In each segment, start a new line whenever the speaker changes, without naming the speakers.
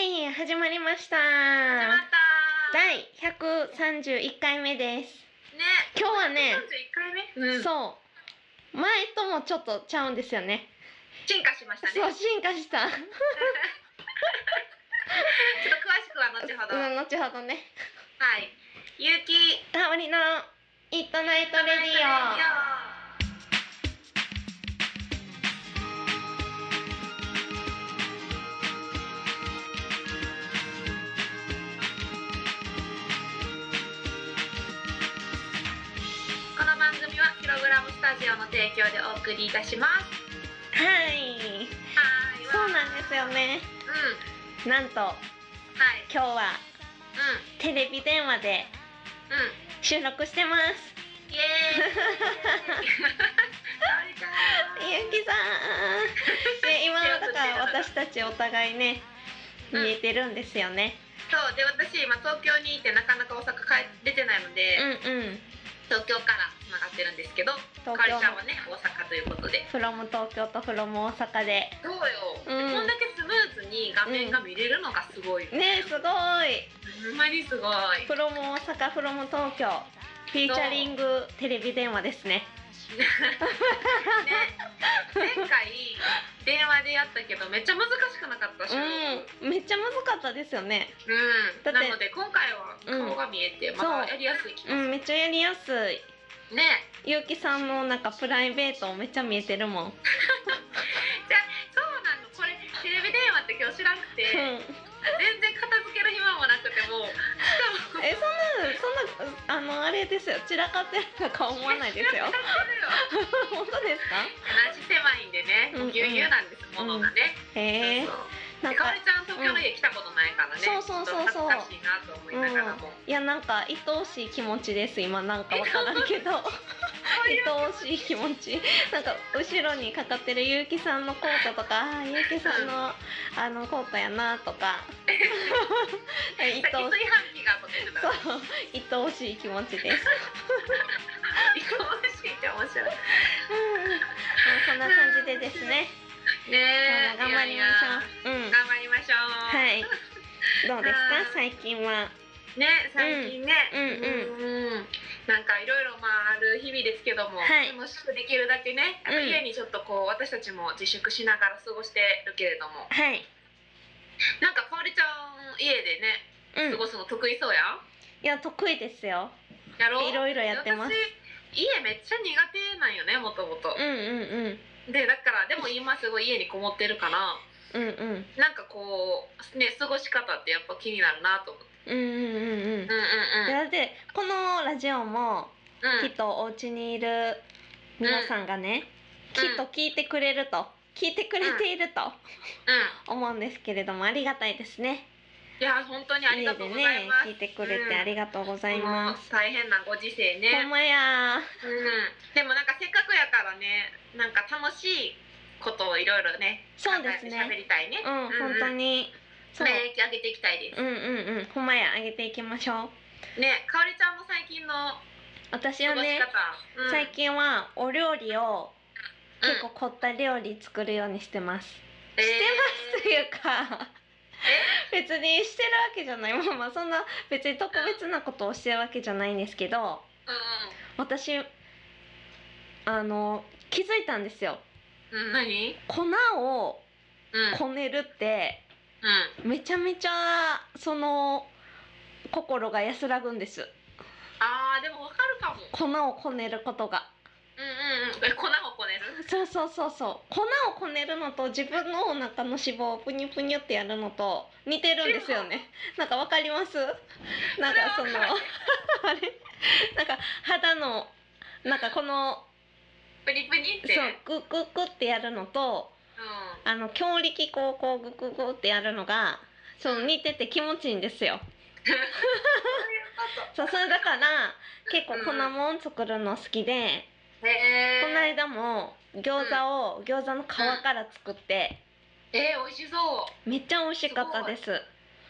イン始まりました
始まった
第131回目です
ね
今日はね
31回目、うん、
そう前ともちょっとちゃうんですよね
進化しましたね
そう進化した
ちょっと詳しくは後ほど、
うん後ほどね
はいゆうき
タオリのイットナイトレディオ
この番組はキログラムスタジオの提供でお送りいたします
はい
はーい
そうなんですよね
うんは
なんと
い
今日は
うん
テレビ電話で
うん
収録してます
イエーイ香りちゃ
ゆ
ん
うきさ んで今だから私たちお互いね
うん
見えてるんですよね、
そうで私今東京にいてなかなか大阪帰出てないので、
うんうん
東京からつながってるんですけど
東
かり
京
ちゃんはね大阪ということで
フロム東京とフロム大阪で
どうよ、
うん
こんだけスムーズに画面が見れるのがすごいよ
ねえすごい
ほんまにすごい
フロム大阪フロム東京フィーチャリングテレビ電話ですね
ね前回電話でやったけどめっちゃ難しくなかったし、
うんめっちゃ難かったですよね
うん
だって
なので今回は顔が見えて、まだやりやすい気
う
が
んめっちゃやりやすい
するね
ゆうきさんのなんかプライベートめっちゃ見えてるもん、うん、
そうなのこれテレビ電話って今日知らなく て全然片付ける暇もなくてもう
えそんなそんなあのあれですよ散らかってるとか思わないですよ
同
本当ですか
じ狭いんでね
うんうん
ぎゅうぎゅうなんですものがね、
へえ
そう
なん
そうで
か
かおりちゃん東京の家来たことないから
う
ね、
んそうそうそうそう
ちょっと恥ずかしいなと思いながらも、
いやなんか愛おしい気持ちです今なんかわからんけど愛おしい気持ちなんか後ろにかかってる結城さんのコートとかあー結城さんのあのコートやなとか愛
さっき
おしい
炊飯器がとか言って た
そう愛おしい気持ちです
いかもしいって面白い
うんまあそんな感じでですね
ねえ
今日も頑張りましょうう
いやいや
ん
頑張りましょう
はいどうです
はい
か最近は
ね最近ね
うん
うんなんかいろいろまあある日々ですけども、
はい
楽しくできるだけねやっぱ
うん
家にちょっとこう私たちも自粛しながら過ごしてるけれども
はい
なんかかおりちゃん家でね
うん
過ごすの得意そうやん
いや得意ですよ
やろう
いろいろやってます
私家めっちゃ苦手なんよねもともと
うんうん
でだからでも今すごい家にこもってるから
うんうんうん
なんかこうね過ごし方ってやっぱ気になるなと思って
うんうんうんうん
うんうん
いやだってこのラジオも
うん
きっとお家にいる皆さんがね、
うん
きっと聞いてくれると聞いてくれていると
うん
思うんですけれどもありがたいですね。
いや本当にあり
家
がと
で
うござい
ね
ます。
聞いてくれてありがとうございま
こ
す。
の大変なご時世
ほん
ね。
まや
うん。でもなんかせっかくやからね、なんか楽しいことをいろいろね、
そうですね
考えて喋りたいね。
ーうん本当にそう
免疫上げていきたいで
うんうんうんほんまやあげていきましょう。
す。ね、かおりちゃんの最近の
私は
過ごし
ね
方、うん
最近はお料理を
うん
結構凝った料理作るようにしてます。
えー
というか別にしてるわけじゃないまあまあそんな別に特別なことをしてるわけじゃないんですけど私あの気づいたんですよ
うんうん。うん何？
粉を
うん
こねるって
うん。
めちゃめちゃその心が安らぐんです
ああでもわかるかも。
粉をこねることが
うんうんうん。え粉をこねる。
そうそうそうそう粉をこねるのと自分のお腹の脂肪をプニュプニュってやるのと似てるんですよねなんかわかりますなんかその
れはわかる
あれなんか肌のなんかこの
プニプニっ
そ
て。
うグググってやるのと
う
あの強力粉をこうグググってやるのがその似てて気持ちいいんですよ。そうそれだから結構粉もん作るの好きで、
ん。へえ。
この間も餃子を、餃子の皮から作って
えー、美味しそう。
めっちゃ美味しかったです。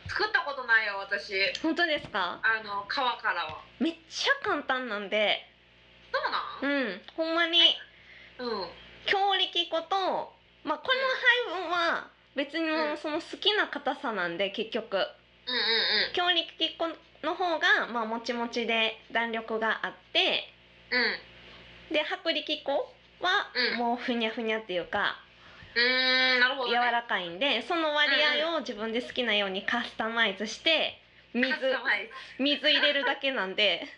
作ったことないよ私
本当ですか？
あの皮からは
めっちゃ簡単なんで、
そう
う
なん
んほんまに
うんうん
強力粉とまあこの配分は別にもうその好きな硬さなんで結局
うんうん
強力粉の方がまあもちもちで弾力があって
うんうん
で薄力粉は
うん
もうふにゃふにゃっていうか
うーんなるほど、
柔
ね、
らかいんでその割合を自分で好きなようにカスタマイズして水
カスタマイズ
水入れるだけ なんで
え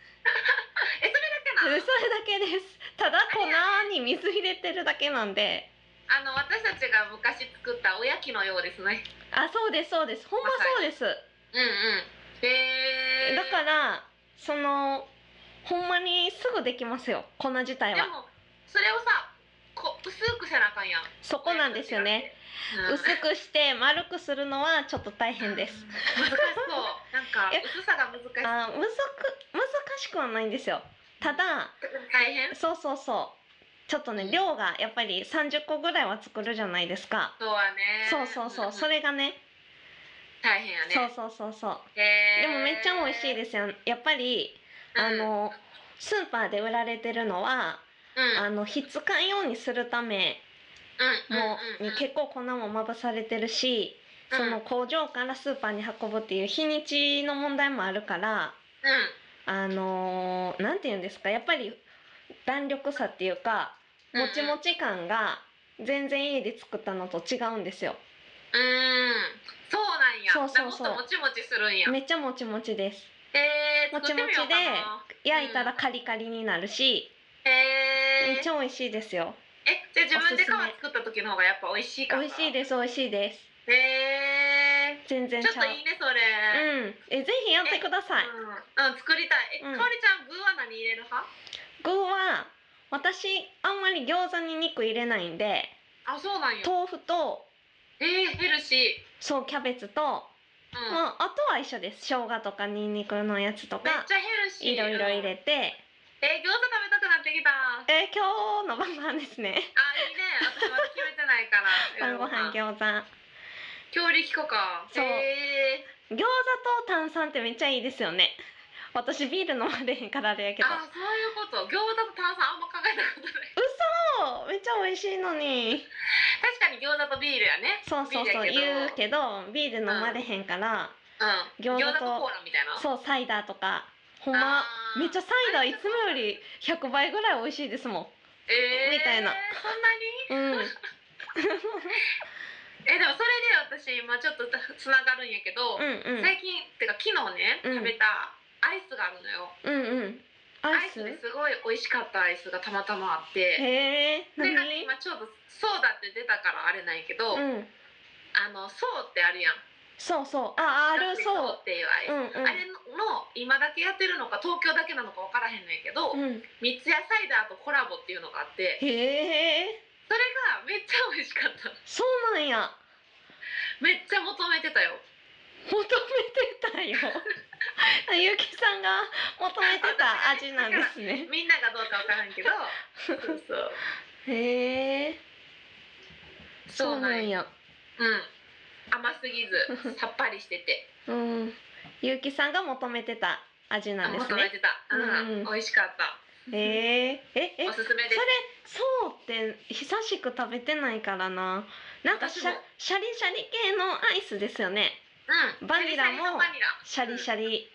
それ
それ
だけな
だ
の
けですただ粉に水入れてるだけなんで
あの私たちが昔作ったおやきのようですね
あそうですそうですほんまそうです
うんうんへえ
だからそのほんまにすぐできますよ粉自体
で
は
もそれをさこ薄くせなあかんやん
そこなんですよね
うん
薄くして丸くするのはちょっと大変です。
難しそうなんか
いや
薄さが難しい
あーむずく難しくはないんですよ。ただ
大変
そうそうそうちょっとね量がやっぱり30個ぐらいは作るじゃないですか。
そうはね
そうそうそうそ
れ
れがね
大変やね
そうそうそうそう
へ
で
ー
もめっちゃ美味しいですよやっぱりあのスーパーで売られてるのは
うん
あのひっつかんようにするため
うん
も
う
に
んうん
結構粉もまぶされてるし
うん
その工場からスーパーに運ぶっていう日にちの問題もあるから
うん
あのーなんて言うんですかやっぱり弾力さっていうか
うんう
も
ん
ちもち感が全然家で作ったのと違うんですよ
うーんそうなんや
そうそうそう
だからもっともちもちするんや
めっちゃもちもちです
へえ
も
作
ち
って
も
みよ
ち
う
で
かな
焼いたらカリカリになるし、
へ
めっ
え
ちゃ美味しいですよ
えじゃあ自分で皮
おすすめ
作った時の方がやっぱ美味しいかな
美味しいです美味しいです
すへえ
全然
ちょっ
ちゃ
と
う
いいねそれ
うんえぜひやってください
うん、うん、作りたいえ、
うん
かおりちゃん具は何入れる派
具は私あんまり餃子に肉入れないんで
あそうなんや
豆腐と
えー、ヘルシ
そうキャベツと、
ー、うん
まあ、あとは一緒です生姜とかニンニクのやつと
めっ
か
ちゃヘルシー
いろいろ入れて、
えー、餃子食べたくなってきたあい
えー今日の晩ご飯ですね
いね私まだ決めてないから
晩ご飯
今日
餃子餃
強力粉か
そう
えー
子と炭酸ってめっちゃいいですよね私ビール飲まれへんからあれやけど
あそういうこと餃子と炭酸あんま考えたことない
そうめっちゃ美味しいのに
確かに餃子とビールやね
そうそうそう
ビール
言
や
うけどビール飲まれへんから、
うん、
餃
餃
子
子
と
とコーラみたいなう
そうサイダーとかほんま
あー
めっちゃサイダーいつもより100倍ぐらい美味しいですもん
えー、
みたいな
そんなに
うん
えでもそれで私今ちょっとつながるんやけど、
うん
最近ってか昨日ね
うん
食べたアイスがあるのよ、
うんうんうんアイス
アイスですごい美味しかったアイスがたまたまあっ
へ
て
え
それ
何
がね今ちょうど「そうだ」って出たからあれないけど、
うん
あの「そう」ってあるやん
そうそうあある
四角い
そ
層っていうアイス、
ううんうん
あれの今だけやってるのか東京だけなのか分からへんのやけど、
うん
三ツ矢サイダーとコラボっていうのがあって
へえ
それがめっちゃ美味しかった
そうなんや
めっちゃ求めてたよ
求めてた よゆうきさんが求めてた味なんですね
みんながどうか分から んけどそうそう
へえそうなん
や
や
うん甘すぎず さっぱりしてて
うんゆうきさんが求めてた味なんです
求め
ね
てた、うん
うん
美味しかった
へえええ
おすすめ
それ
です
そうって久しく食べてないからななんかシャ
私
シャ
も
リシャリ系のアイスですよね
うん
バニラも
バニラ
シャリシャリ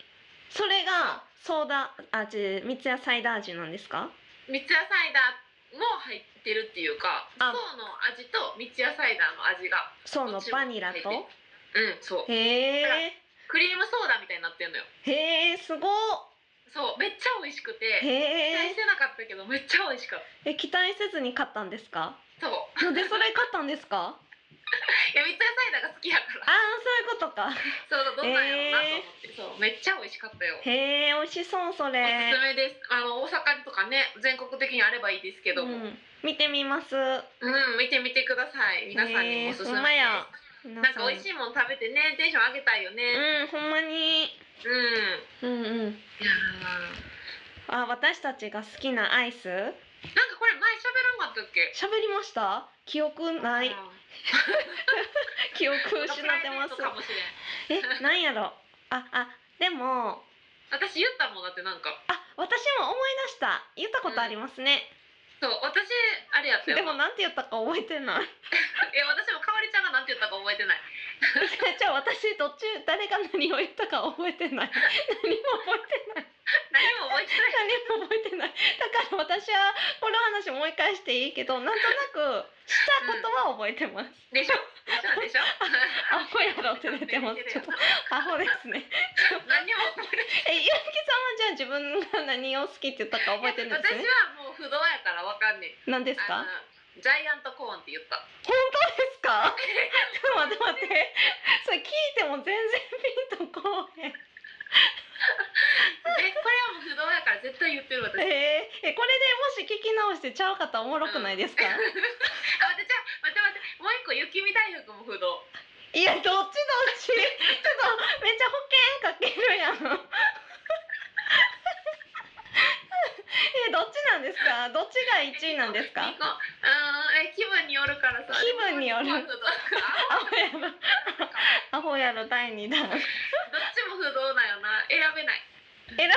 それがソーダ味三ツ矢サイダー味なんですか
三ツ矢サイダーも入ってるっていうか
あ
そうの味と三ツ矢サイダーの味が
そうのバニラと
うんそう
へえ
クリームソーダみたいになってんのよ
へえすごっ
そうめっちゃ美味しくて期
へ
待
え
してなかったけどめっちゃ美味しかっ
え期待せずに買ったんですか
たそう
なんでそれ買ったんですか
いや三ツ矢サイダーが好きやか
あ
ら
あそういうことか
そうどんなんやろうなと思って、そうめっちゃ美味しかったよおす
へえ美味しそうそれ
すめですあの大阪とかね全国的にあればいいですけど
う
もうん、
ん、見てみます
見てみてください皆さんにもおす
へ
す
えほ
め
んまや
です
な
なんか美味し
い
いもん食べてねテンション上げたいよね
うんほんまに
うん
うんうん
いやー
あ私たちが好きなアイス喋
なんかこれ前喋らんかったっけ
りました記憶ない
あー
記憶失ってます
プライベートかもしれん
えなんやろああでも
私言ったもんだってなんか
あ私も思い出した言ったことありますね、
そう私あれやったよ
でもなんて言ったか覚えてない
いや私もかおりちゃんがなんて言ったか覚えてない
じゃあ私途中誰が何を言ったか覚えてない何も覚えてない
何も覚えてない
何も覚えてないだから私はこの話もう一回していいけどなんとなくしたことは覚えてます、
でしょでしょでしょ
アホやろって出てますちょっとアホですね
何にも覚えてない
えゆうきさんはじゃあ自分が何を好きって言ったか覚えてるんです
私
ね
はもう不動やからわかんねえ
何ですか
あのジャイアントコーンって言った
本当です かちょっと待って待ってそれ聞いても全然ピンとこ うへん
でこれはもう不動やから絶対言ってる私
えー、えこれでもし聞き直してちゃうかったらおもろくない ですか、
あ待ってじゃあ待って待ってもう一個雪見大福も不動
いやどっちどっちちょっとめっちゃ保険かけるやん えどっちなんですかどっちが1位なんですか
二個うーんえ気分によるからさ
気分による
でもどっちも
ア
不動
ホやろアホやろ第2弾
どっちも不動だよな選べない
選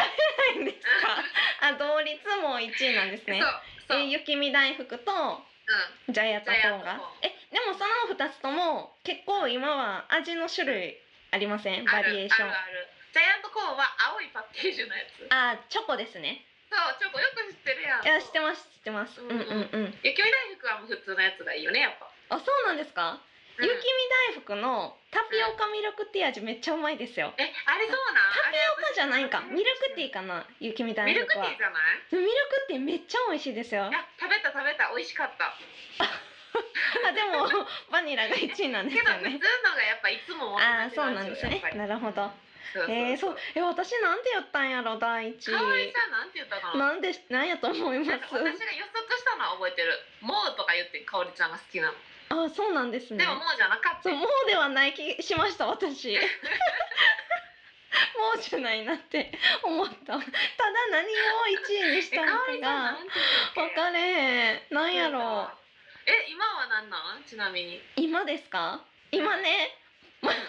べないんですかあ同率も1位なんですね
そうそう、
え雪見大福と
うん
ジャイアントコーン
ジャイアン
が
トコーン
えでもその2つとも結構今は味の種類ありませんバリエーション
あるあるあるジャイアントコーンは青いパッケージのやつ
あーチョコですね
そうチョコよく知ってるやん
いや知ってます知ってますう
うんん
うんうん
雪見大福はもう普通のやつがいいよねやっぱ、
あそうなんですか、
うん
雪見大福のタピオカミルクティー味めっちゃうまいですよ
えあれそうなん
タピオカじゃないんかミルクティー
ー
かな雪見大
ミ
福
ルク
は
ティーじゃない
ミルクティーめっちゃ美味しいですよあ
いや食べた食べた美味しかった
でも バニラが1位なんです
け
よ
ど普通
ね
のがやっぱいつも
ああ
求めて
そ
る
う
味
なんです
よや
ね
っぱり
なるほど
そう
えー、そう
そう
え私なんて言ったんやろ第一
かおりちゃんなんて言ったかな
なんでなんやと思います
なんか私が予測したのは覚えてる「もう」とか言ってかおりちゃんが好きなの、
あそうなんですね
でも「もう」じゃなかった
そうもうではない気しました 私もうじゃないなって 思ったただ何を1位にし
え
たの
かおりちゃんな
か
んて言
が分
ったっけ
かれへんなんやろ
え今は何なんちなみに
う今ですか今ねま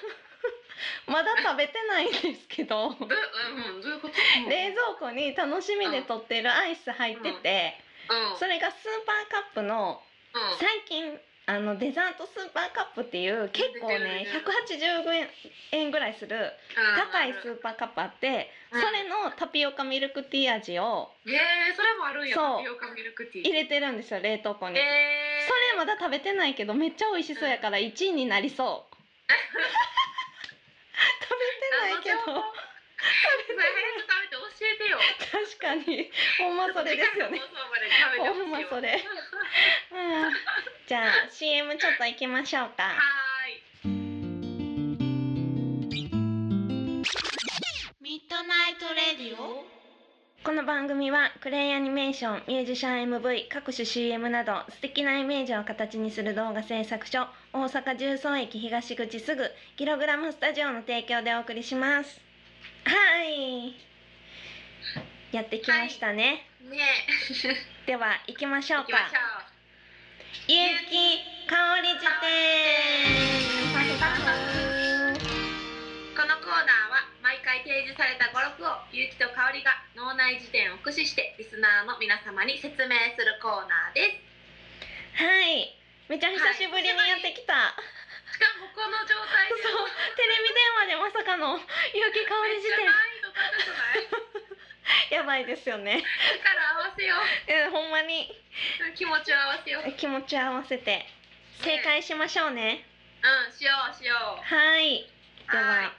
まだ食べてないんですけど
ど,、うん、どういうこと
冷蔵庫に楽しみで取ってるアイス入ってて
うん
それがスーパーカップの
うん
最近あのデザートスーパーカップっていう結構ね180円ぐらいする高いスーパーカップあってそ
うん
れのタピオカミルクティー味を
うんえー、それもあるんや
そう
タピオカミルクティ
入
ー
れてるんですよ冷凍庫に。
えー、
それまだ食べてないけどめっちゃ美味しそうやから1位になり そう。食べてないけど
それ早く食べて教えてよ
確かにほんまそれですよね。
ほ
ほんま それうんじゃあ CM ちょっと行きましょうか。
はーい
ミッドナイトレディオ
この番組はクレイアニメーションミュージシャン MV 各種 CM など素敵なイメージを形にする動画制作所大阪十三駅東口すぐキログラムスタジオの提供でお送りしますはいやってきましたね、
ね
では行きまし
え
ょう
行
か
きましょう
ゆうき香り辞典
パフこのコーナーは毎回提示された語録をゆうきとかおりが脳内辞典を駆使してリスナーの皆様に説明するコーナーで
はいめちゃ久しぶりにやってきた、
すしかもこの状態
そう
でも
テレビ電話でまさかのゆうき香
め
り
っ
辞
ちゃ
典
難易度高くない
やばいですよね
だから合わせよう
うんほんまに
気持ちを合わせよううん
気持ちを合わせて正解しましょうね、
しようしよう
はいで
は
は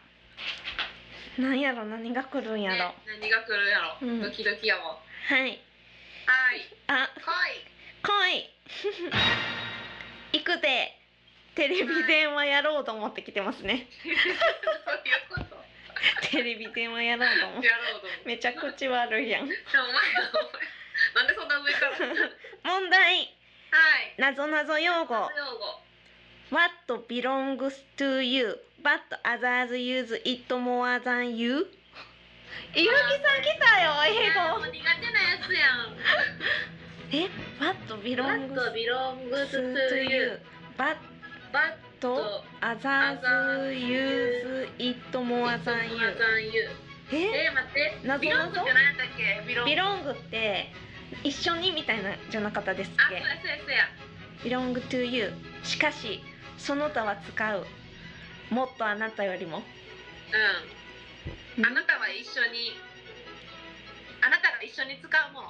なんやろ何が来るんやろ、
ね何が来るやろ、
うん
ドキドキやもんは
はい
い
あ
来い
来い行くでテレビ電話やろうと思って来てますね
そういうこと
テレビ電話やろうと思って
やろうと思って
めちゃ口悪いやん
お前らお前なんでそんな上から
問題
はい
なぞなぞ用語
用語
What belongs to you but others use it more than you ゆうきさん来たよ英
あー
語
もう苦手なやつやん
え What belongs
What belongs
to
to you
you but
But
others use it more
it's
than
more
you
than you
え
えー、待って
なぞなぞ
ビロングって何やったっけビロング
belong って一緒にみたいなじゃなかったですっ
あそう
け
やそうやそうや
belong to you しかしその他は使うもっとあなたよりも
うんあなたは一緒にあなたが一緒に使うもの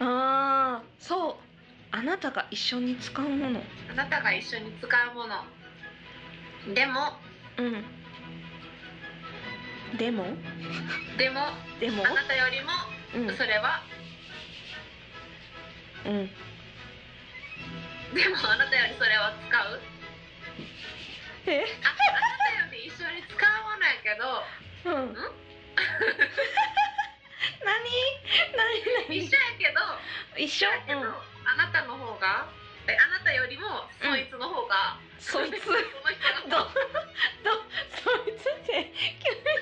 ああそうあなたが一緒に使うもの
あなたが一緒に使うものでも
うんでも
でも
でも
あなたよりも
うん
それは
うん
でもあなたよりそれは使う
え
ああなたより一緒に使うものやけど
うん 何何何
一緒やけど
一緒
だけど、あなたの方がえあなたよりもそいつの方が、
そいつ
その人
ど
が
どそいつって急に
な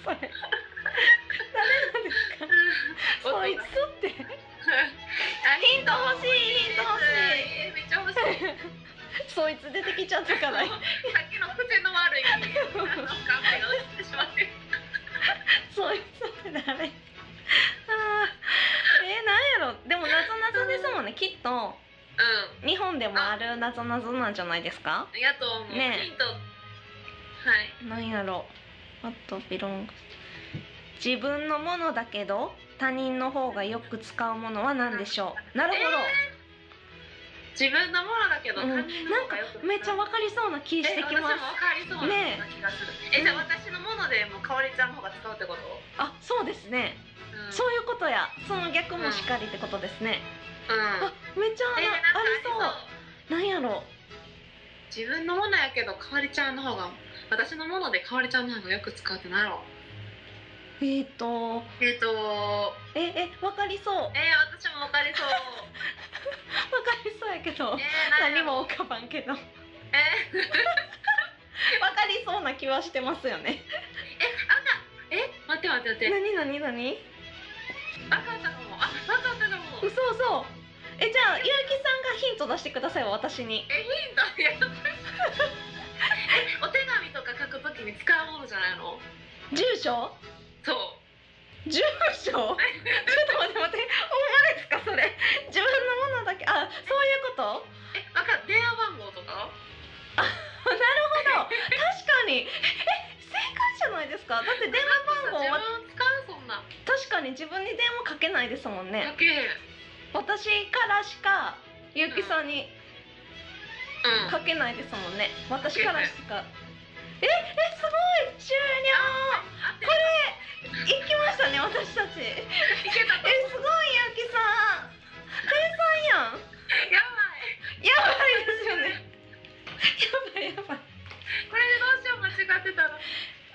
んかだけの
それ誰なんですか そ いつって
あヒント欲しい
ヒント欲し
いめっちゃ欲しい
そいつ出てきちゃったから
さっきの口の悪いあのカンペが落ちてしまって
そういうことだね。あーえー、なんやろでもなぞなぞですもんねきっと
う
日本でもあるなぞなぞなんじゃないですか
んやと思う、
ねえ
ヒントはい
なんやろあとビロング自分のものだけど他人の方がよく使うものは何でしょうなるほ
自分のものだけど
ど、うん、なん
他人の方がよく使
か
う
めっちゃわかりそうな気して
え
き
私も
ま
分
す
かりそうな気がする、
ねえ
えじゃあ私のものでもかおりちゃんの方が使うってこと、
あそうですね、
うん、
そういうことやその逆もしっかりってことですね、
うん
あめっちゃな
えー
ありそうな
なんか
んやろ
自分のものやけどかわりちゃんの方が私のものでかわりちゃんの方がよく使うってなんやろ
えー、っと
えっ、と
ええわかりそうわ
えー、私も分かりそう
かりそうやけど
えー、
何
やろ
も浮かばんけどわか
えー、
りそうな気はしてますよね
え待って待って待って
何何何
分かったかもあ分かったかも
嘘嘘えじゃあゆうきさんがヒント出してください私に
えヒントいやえお手紙とか書くときに使うものじゃないの
住所
そう
住所ちょっと待って待ってほんまですかそれ自分のものだけあそういうこと
え分かった電話番号とか
なるほど確かにええ正解じゃないですかだって電話番号は
自分使うそんな
確かに自分に電話かけないですもんね
かけへん
私からしかゆうきさんに
うん
かけないですもんね私からしかええすごい終了これ行きましたね私たちえ
いけたと思う
すごいゆうきさん天才やん
やばい
やばいですよねやばいやばい
これでどうしよう間違ってたら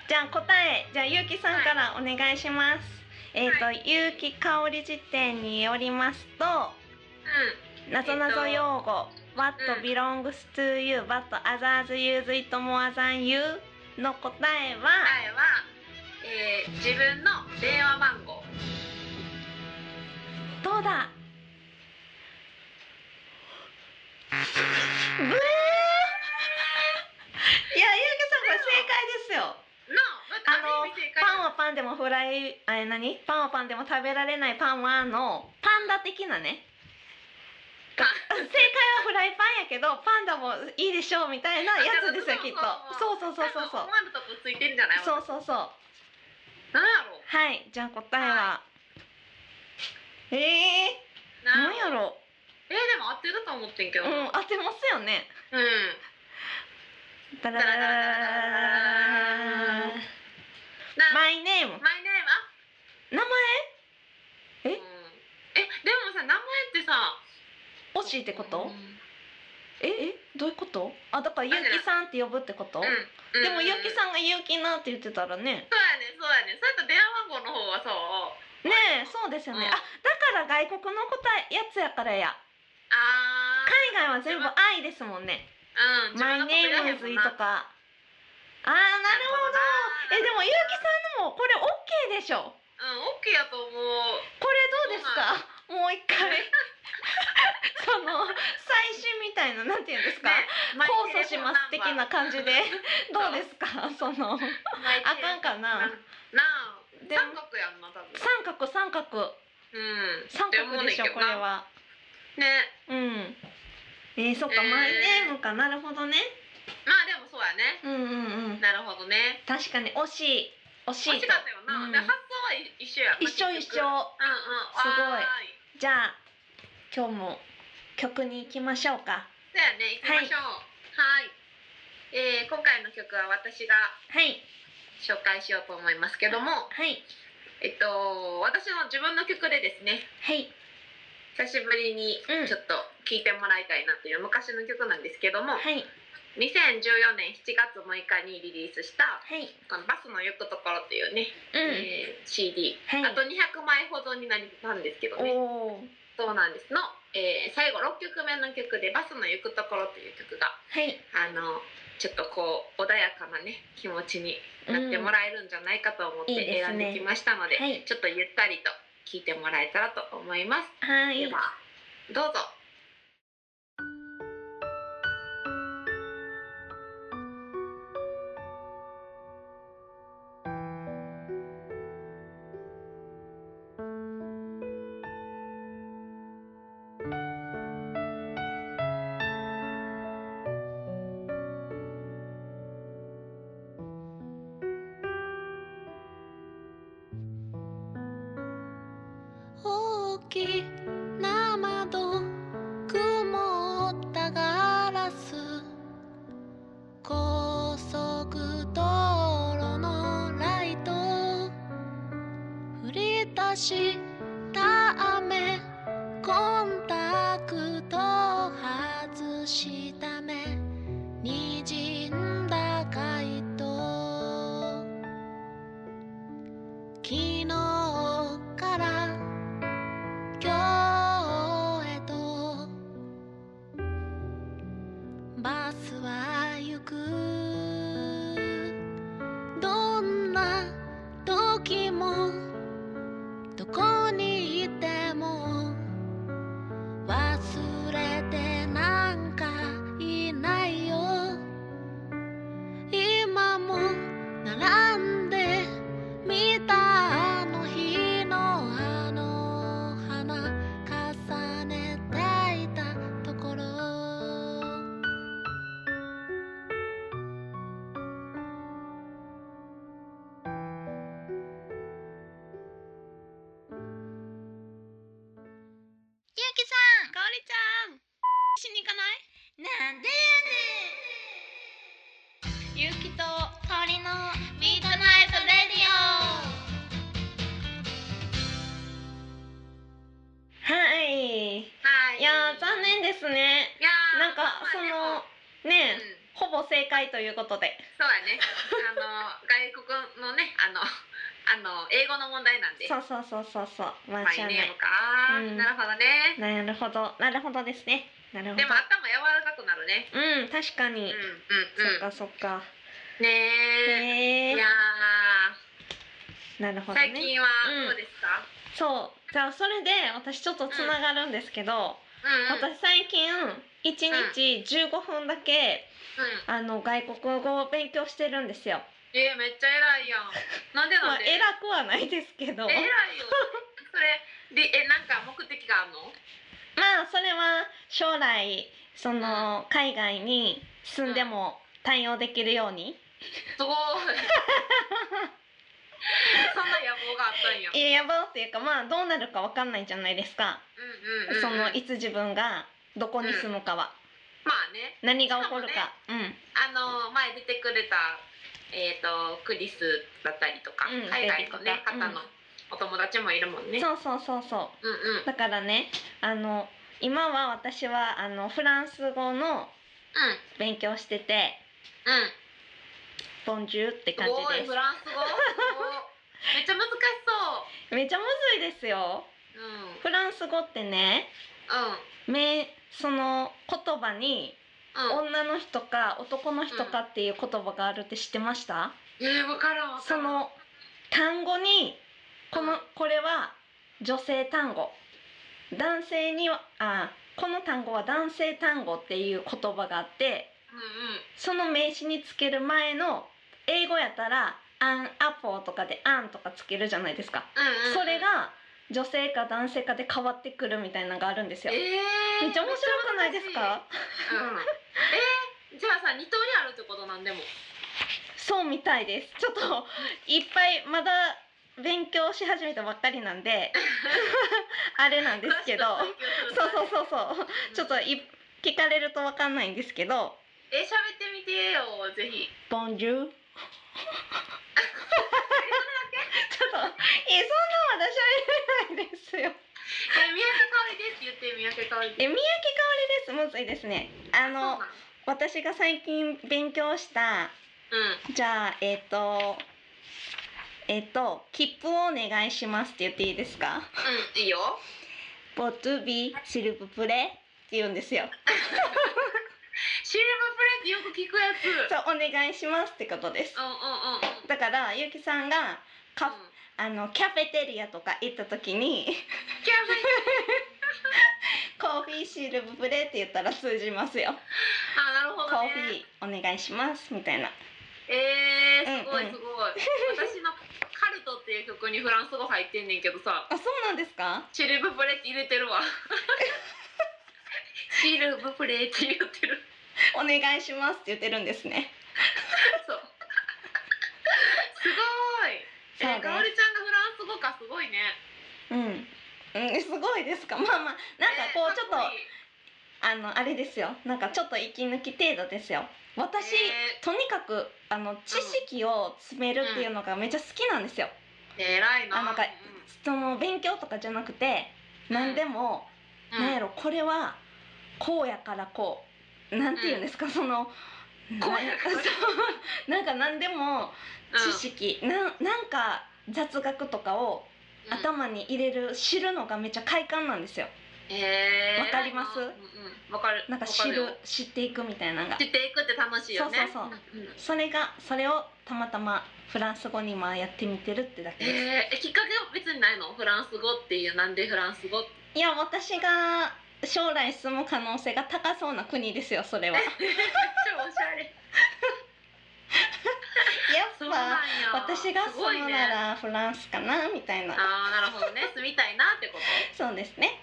じゃあ答えじゃあゆうきさんからお願いします、えっ、と、ゆうきかおり辞典によりますと
うん
なぞなぞ用語、What
うん
belongs to you but others use it more than you の答えは、
答えは、えー、自分の電話番号
どうだブーいや、ゆうきさんこれ正解ですよ
の
あの
る意味正解
パンはパンでもフライあれ何パンはパンでも食べられないパンはのパンダ的なねが正解はフライパンやけどパンダもいいでしょうみたいなやつですよきっとそうそうそうそうそう
思わぬとこついてんじゃない
そううそうそう
なんやろ
はいじゃあ答えは、ええー、
な
何やろ
えー、でも合ってると思ってんけ
う
どうん
当てますよねダラララララララ
な
マイネーム
マイネームあ
名前え
うんえでもさ名前ってさ
惜しいってこ
う
と
ん
ええどういうことあだからゆうきさんって呼ぶってこと、
うん
でもゆうき
ん
さんがゆうきなって言ってたらね
そうやねそうやねそれと電話番号の方はさあ
ねえそうですよね、
うん
あだから外国の答えやつやからや
ー
海外は全部「愛」ですもんね
う
「
ん自
マイ
分のこと言
ネー
わへ
ム
んも
ズ
ん
イ」
な
とかあーなるほどえでもゆうきさんのもこれ OK でしょ
うんオッケーやと思う
これどうですかもう一回その最新みたいななんて言うんですか、
ね
控訴します的 な感じで どうですかそのあ
あ
かんかな
なあ
で
三角やんな多分
三角三角
うん
三角でしょ
って
これ
思うねんけどな
は
ね
うんえー、そっか、
えー
マイネームかなるほどね
まあでもそうやね
うんうんうん
なるほどね
確かに惜しい惜しいと
惜しかったよな、
うん
で発想は一緒やんな
一緒一
結
緒
局
すごい
うんうんわー
じゃあ今日も曲に行きましょうか
そうやね行きましょうはいえー今回の曲は私が
はい
紹介しようと思いますけども
はい
えっと私の自分の曲でですね
はい
久しぶりに
うん
ちょっと聴いてもらいたいなという昔の曲なんですけども、
はい
2014年7月6日にリリースした
はい
このバスの行くところというね、
うん
えー CD、
はい
あと200枚ほどになりなんですけどね
おお
そうなんですの、えー最後6曲目の曲で「バスの行くところ」という曲が
はい
あのちょっとこう穏やかなね気持ちになってもらえるんじゃないかと思っ
うんいい
て
です
選ん
ね
できましたので,、
はい
ちょっとゆったりと聴いてもらえたらと思います。
はい
ではどうぞ
大きな窓曇ったガラス高速道路のライト降り出した雨コンタクト外した目にじんだ街灯昨日から今日へとバスは行くどんな時もどこにいても忘れてなんかいないよ今も並んで見たあの日のあの花重ねていたところゆうきさんかおりちゃんしに行かないなんでやねんゆうきとかおりのミートナイトレディオ
はい
はい
やー残念ですね
いやー
なんか
まあ
そ
で
の
も
ね
うん、
えほぼ正解ということで
そうやねあの外国のねあのあの英語の問題なんで
そうそうそうそうそうまあ
マイ
しゃあな
ネー
い
ムか、
うん
なるほどね
なるほどなるほどですねなるほど
でも頭柔らかくなるね
うん確か
うん
に、
うん
そっかそっ
うん
か
ねえ、
へえ
いや
な
ー
るほど
最
ね
近は
うん
どうですか、
そうじゃあそれで私ちょっとつながるんですけど、
うんうん、
私最近1日15分だけ、
うん、
あの外国語を勉強してるんですよ、
えー、めっちゃ偉いやんなんで
まあ
なんで、
偉くはないですけど
偉いよそれでえなんか目的があるの
まあそれは将来その海外に住んでも対応できるように、
す ごいそんな野望があったんや
いややばうっていうかまあどうなるかわかんないじゃないですか、
うんうんうんうん
そのいつ自分がどこに住むかは、
まあね
何が起こる
しか
か
あの前出てくれた、えー、とクリスだったりとか、
うん
海外の、ね、
出て
方
きた
のお友達もいるもん
うん、
ね。
そうそうそうそう
うんうんうん
だからねあの今は私はあのフランス語の勉強してて
うん、
ボンジューって
す
感
ご
じ
い
で
フランス語すごいめっちゃ難しそ
すめちゃむずいですよ
う、うんうん、
フランス語ってねめその言葉に
うん
女の人か男の人かっていう言葉があるって知ってました、
えー、分からんわか
そ
らん
の単語にこのこれは女性単語男性にはあこの単語は男性単語っていう言葉があって
うんうん
その名詞につける前の英語やったらアンアポとかで「アン」とかつけるじゃないですか、
うんうん、
それが女性か男性かで変わってくるみたいなのがあるんですよ、
えー、
めっちゃ面白くないですか
めっちゃ難しい、うん、えー、じゃあさ二通りあるってことなんでも
そうみたいですちょっといっぱいまだ勉強し始めたばっかりなん であれなんですけどそうそう
う
そうそうちょっとい聞かれるとわかんないんですけど
え喋ってみてよぜひ
「ボンジュール」ちょっとえそんなまだ喋れないですよ
え三宅香織ですって言って三宅香織です
え三宅香織ですむずいですねあの
そうな
私が最近勉強した
うん
じゃあえっ、とえっ、と切符をお願いしますって言っていいですか
うんいいよ
ボトビシルブプレって言うんですよ
シルバープレーってよく聞くやつ
そうお願いしますってことです
うんうんうんうん
だからゆうきさんがカフ
うん
あのキャフェテリアとか行った時に
キャフェ
コーヒーシルブプレって言ったら通じますよ
あなるほ
コ
ど
ー
ね
ヒーお願いしますみたいな
えー、すごい
うんうん
すごい、私の「カルト」っていう曲にフランス語入ってんねんけどさ
あそうなんですか
シルブプレって入れてる わシルブプレって言ってる
お願いしますって言ってるんですね
そうすごい
そう
え
ね
ー、かおりちゃんがフランス語かすごいね
うん、うん、すごいですかまあまあなんかこうちょっと、あのあれですよなんかちょっと息抜き程度ですよ私、
え
とにかくあの知識を詰めるっていうのがめっちゃ好きなんですよ、
え偉いな
あなんか
うん
その勉強とかじゃなくて何でも、
うん
なんやろこれはこうやからこうなんて言うんですか、その
こうやから
なそう なんか何でも知識、なん、なんか雑学とかを
うん
頭に入れる知るのがめっちゃ快感なんですよ
えー
わかります
偉いなうんうんわかる
なんか
わか
知る
よ
知っていくみたいなのが
知っていくって楽しいよね
そうそう
うんうん
それがそれをたまたまフランス語に今やってみてるってだけです、
えー、えきっかけは別にないのフランス語っていうなんでフランス語って
いや私が将来住む可能性が高そうな国ですよそれはや
超おしゃれそう
っぱ
なんや
私が
すご
住
い
む
ね
ならフランスかなみたいな
ああなるほどね住みたいなってこと
そうですね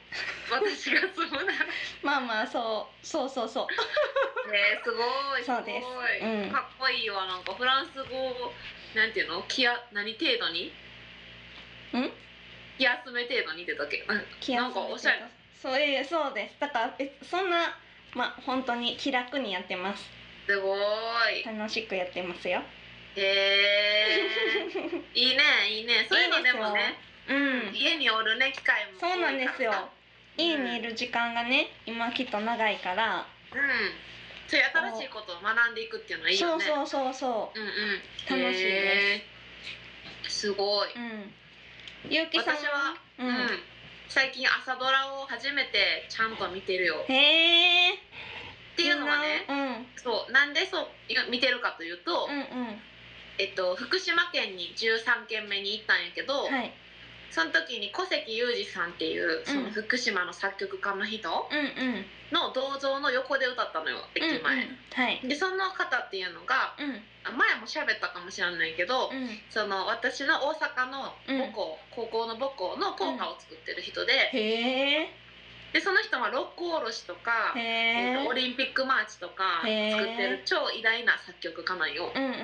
私が住むな ら
まあまあそうそうそうそう
えー、すごい
そうです
ごい
うん
かっこいいわなんかフランス語をなんていうの気や何程度に
ん
気休め程度にってだけうん
気休めて
なんかおしゃれ
そうえーそうですだからえそんなまあ本当に気楽にやってます
すごい
楽しくやってますよ
へえ いいねいいねそういうのでもね
うん
家におるね機会も多い
そうなんですよ
からさ
家にいる時間がね今きっと長いから
うんそういう新しいことを学んでいくっていうのはいい
そ
よ
う
ね
そうそうそ
うんうん
楽しいです
すごいう
うんゆうきさん
私は
う
うん、
ん
最近朝ドラを初めてちゃんと見てるよっ
へえって
いうのはね
うん
そうなんでそういや見てるかというと、
うん
えっと、福島県に13軒目に行ったんやけど、
うんはい
その時に小関裕二さんっていうその福島の作曲家の人
うんうん
の銅像の横で歌ったのよ駅
うんうん
前、
はい
でその方っていうのが
うん
あ前も喋ったかもしれないけど、
うん
その私の大阪の母校、高校の母校の校歌を作ってる人で、
へえ
でその人は六甲おろしとか、
へ
え
え
ーとオリンピックマーチとか
へー
作ってる超偉大な作曲家なんよ
う。んうんう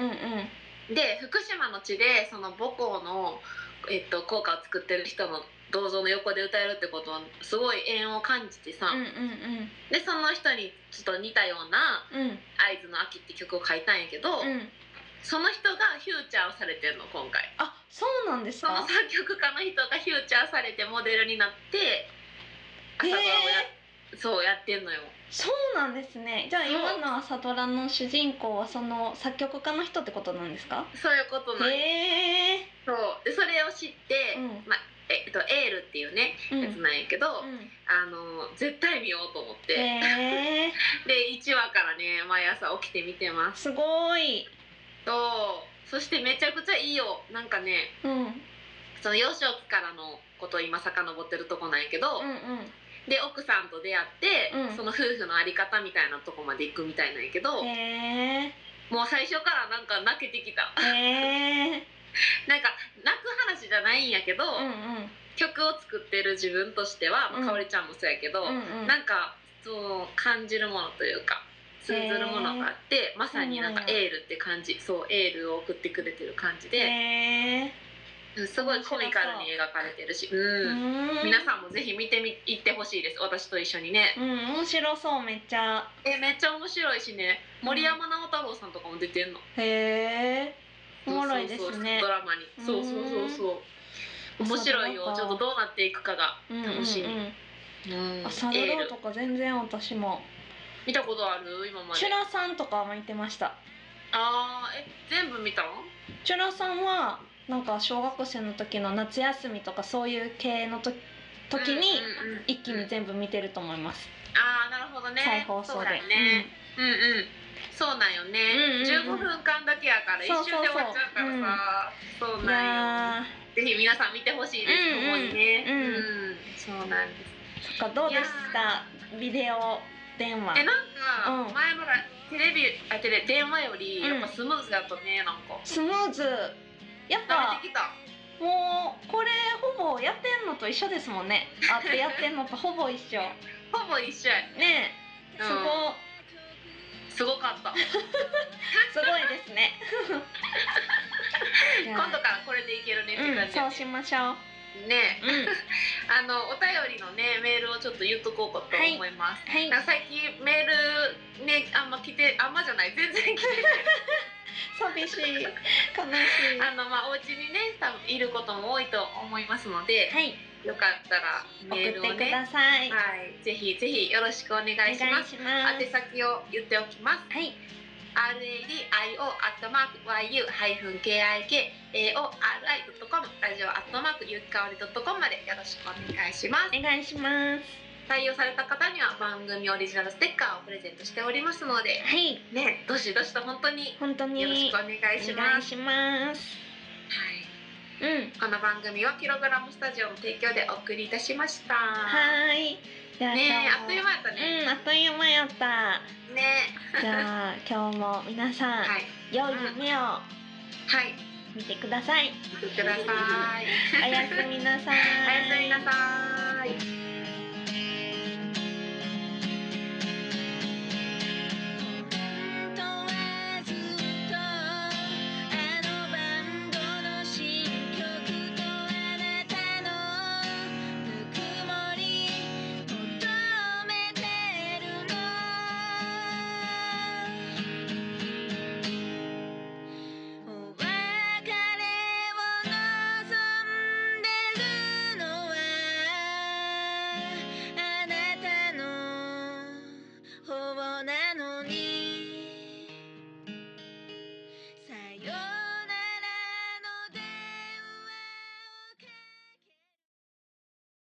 ん
で福島の地でその母校の、えっと校歌を作ってる人の銅像の横で歌えるってことはすごい縁を感じてさ、
うんうん
でその人にちょっと似たような
うんうん
「会津の秋」って曲を書いたんやけど、
うん
その人がフューチャーをされてるの今回。
あそうなんです
その
か
作曲家の人がフューチャーされてモデルになって朝ドラをや,、そうやってんのよ。
そうなんですねじゃあ
そう
今の朝ドラの主人公はその作曲家の人ってことなんですか
そういうことなんよ
へえ
そうでそれを知って、
うん
まえっと、エールっていうね
うん
やつなんやけど、
うん
あの絶対見ようと思って、
へえ
で1話からね毎朝起きて見てます
すごい
とそしてめちゃくちゃいいよなんかね
うんうん
その幼少期からのことを今遡ってるとこなんやけど、で奥さんと出会って、
うん
その夫婦のあり方みたいなとこまで行くみたいなんやけど、
うんへえ
もう最初からなんか泣けてきた
え
なんか泣く話じゃないんやけど、
ー、うん
曲を作ってる自分としては、まあ
うん
かおりちゃんもそうやけど、
うんうんうん
なんかそう感じるものというか通ずるものがあってまさになんか
そうなんや
エールって感じそうエールを送ってくれてる感じで、
え
うんすごいコミカルに描かれてるし、
ー、う
うん
ーん
皆さんもぜひ見てみ行ってほしいです私と一緒にね
うん面白そうめっちゃ
えめっちゃ面白いしね森山直太朗さんとかも出てんの
へえおもろいで
そうそ
す
う
ね
ドラマにそうそうそうそう面白いよ
朝ドラか
ちょっとどうなっていくかが
うんうん
楽しみ、うん
う
エ
ん朝ド
ー
ラ
ル
とか全然私も
見たことある今まで
チュラさんとかもいてました
あーえ全部見たの
チュラさんはなんか小学生の時の夏休みとかそういう系のと時に
うんうんうん
一気に全部見てると思います
ああなるほどね
再放送
そう
で
だよね、うん、うんそうなんよね、
うんうんうん
15分間だけやから一
そうそうそう
瞬で終わっちゃうからさそう
うんい
なん
や
よぜひ皆さん見てほしいです、
うんうん
ここにね、
うん
うんそうなんで
ー
す
そっかどうでしたビデオ電話
えなん
う
か
ん
前までテレビあテレ電話より
うん
やっぱスムーズだったねなんか
スムーズやっ
慣
ぱ
れてきた
もうこれほぼやってんのと一緒ですもんねあってやってんのとほぼ一緒
ほぼ一緒や
ねえ
うん
すご
すごかった
すごいですねいや
今度からこれでいけるねって
う
感
ん
じや
そう
ね
しましょう
ね
うん
あのお便りのねメールをちょっと言っとこうかと思います、
はい
なんか最近メールねあんま来てあんまじゃない全然来て
寂しい悲しい
あのまあお家にね多分いることも多いと思いますので、
はい
よかったらメール
送
を
ってくだ
ね
さい、
はいぜひぜひよろしくお願い
お願い
し
しま
ます
す
宛先を言っておきます
はい
radio.yu-kikaori.com ラジオ .yu ゆきかおり .com までよろしくお願いします
お願いします
採用された方には番組オリジナルステッカーをプレゼントしておりますので
はい
ねどしどしと本当に
本当に
よろしくお願いし
お願
ま
い
す
します
はい
うん
この番組はキログラムスタジオの提供でお送りいたしました
はーいじゃあ
ねえ
今日も
あっという間やったね、
うんあっという間や った
ね
じゃあ今日も皆さん、
はい
良い夢を
はい
見 てください。
見てください
おやすみなさい。
おやすみなさい